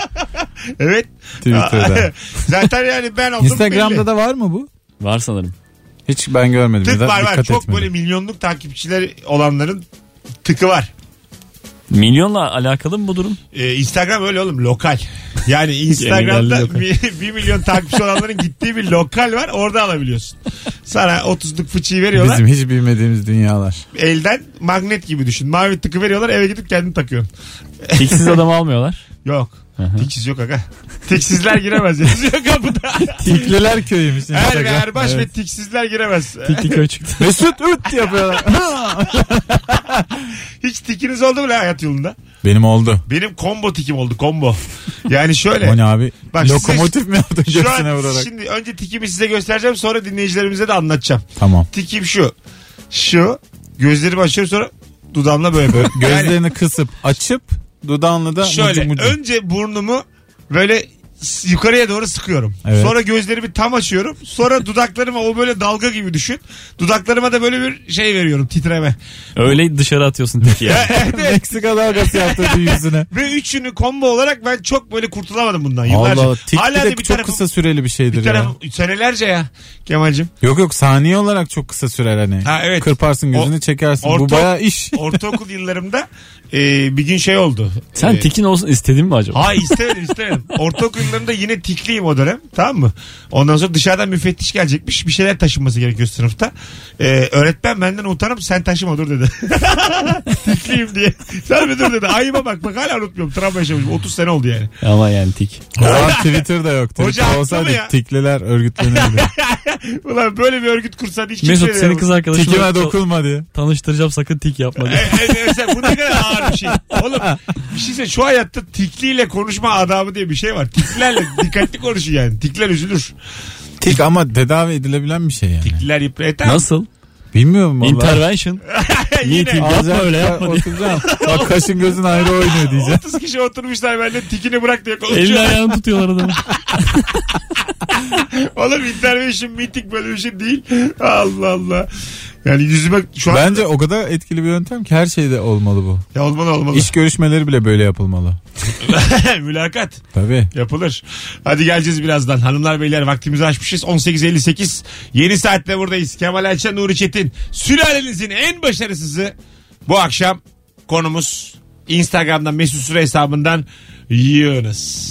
B: Evet.
C: Twitter'da.
B: Zaten yani ben oldum
C: Instagram'da
B: belli.
C: da var mı bu?
D: Var sanırım.
C: Hiç ben görmedim.
B: tık
C: ya da
B: var var.
C: dikkat
B: Çok
C: etmedim.
B: böyle milyonluk takipçiler olanların tıkı var.
D: Milyonla alakalı mı bu durum?
B: Ee, Instagram öyle oğlum lokal. Yani
D: Genelde
B: Instagram'da
D: lokal.
B: bir, bir milyon takipçi olanların gittiği bir lokal var. Orada alabiliyorsun. Sana 30'luk fıçıyı veriyorlar.
C: Bizim hiç bilmediğimiz dünyalar.
B: elden magnet gibi düşün. Mavi tıkı veriyorlar eve gidip kendin takıyorsun.
D: Tiksiz adam almıyorlar.
B: Yok. Tiksiz yok aga. Tiksizler giremez. Yazıyor kapıda.
C: Tikliler köyümüz.
B: Er ve Erbaş ve tiksizler giremez.
D: Tik öyle çıktı.
C: Mesut Üt yapıyorlar.
B: Hiç tikiniz oldu mu lan hayat yolunda?
C: Benim oldu.
B: Benim combo tikim oldu combo. Yani şöyle.
C: O ne abi?
B: Bak
C: Lokomotif mi yaptın
B: Şu an
C: göğsüne vurarak?
B: şimdi önce tikimi size göstereceğim sonra dinleyicilerimize de anlatacağım.
C: Tamam.
B: Tikim şu. Şu. Gözlerimi açıyorum sonra dudağımla böyle böyle.
C: Gözlerini kısıp açıp dudağınla da
B: Şöyle
C: mucu mucu.
B: önce burnumu böyle s- yukarıya doğru sıkıyorum.
C: Evet.
B: Sonra gözlerimi tam açıyorum. Sonra dudaklarıma o böyle dalga gibi düşün. Dudaklarıma da böyle bir şey veriyorum titreme.
D: Öyle dışarı atıyorsun tiki ya.
C: Meksika dalgası yaptırdı yüzüne.
B: Ve üçünü combo olarak ben çok böyle kurtulamadım bundan yıllarca.
C: Allah tik bir
B: Hala
C: de
B: da bir
C: çok
B: tarafım,
C: kısa süreli bir
B: bir
C: şeydir ya.
B: tarafım senelerce ya Kemal'cim.
C: Yok yok saniye olarak çok kısa sürer hani.
B: Ha, evet.
C: Kırparsın gözünü
B: O-
C: çekersin.
B: orta-
C: Bu baya iş.
B: Ortaokul yıllarımda e, bir gün şey oldu.
D: Sen
B: E,
D: tikin olsun istedin mi acaba?
B: Hayır istemedim istemedim. Ortaokul yıllarımda yine tikliyim o dönem tamam mı? Ondan sonra dışarıdan müfettiş gelecekmiş. Bir şeyler taşınması gerekiyor sınıfta. Ee, öğretmen benden utanıp sen taşıma dur dedi. tikliyim diye. Sen mi dur dedi. Ayıma bak bak hala unutmuyorum. Travma yaşamışım. 30 sene oldu yani.
D: Ama yani tik.
C: O zaman Twitter'da yok.
B: Hoca
C: Twitter
B: haklı mı
C: olsaydı
B: ya?
C: tikliler örgütlenirdi.
B: Ulan böyle bir örgüt kursan hiç kimse
D: Mesut senin kız
C: Tikime
D: arkadaşını
C: dokunma diye.
D: tanıştıracağım sakın tik yapma
B: E,
D: diye.
B: e, e, sen bu ne kadar ağır bir şey. Oğlum bir şey söyleyeyim, şu hayatta tikliyle konuşma adabı diye bir şey var. Tiklilerle dikkatli konuşun yani. Tikler üzülür.
C: Tik ama tedavi edilebilen bir şey yani.
B: Tikliler ipre. E, tamam.
D: Nasıl?
C: Bilmiyorum valla.
D: Intervention.
B: Yine.
D: Meeting. Yapma öyle yapma diye.
C: Oturacağım. Bak kaşın gözün ayrı oynuyor diyeceğim.
B: 30 kişi oturmuşlar benimle tikini bırak diye
D: Elini
B: konuşuyor.
D: ayağını tutuyorlar adamı.
B: Oğlum intervention meeting böyle bir şey değil. Allah Allah. Yani yüzüme şu an
C: Bence o kadar etkili bir yöntem ki her şeyde olmalı bu.
B: Ya olmalı olmalı.
C: İş görüşmeleri bile böyle yapılmalı.
B: Mülakat
C: Tabii.
B: yapılır. Hadi geleceğiz birazdan. Hanımlar beyler vaktimizi aşmışız. 18.58 yeni saatte buradayız. Kemal Ayça, Nuri Çetin. Sülalenizin en başarısızı bu akşam konumuz Instagram'dan Mesut Süre hesabından yığınız.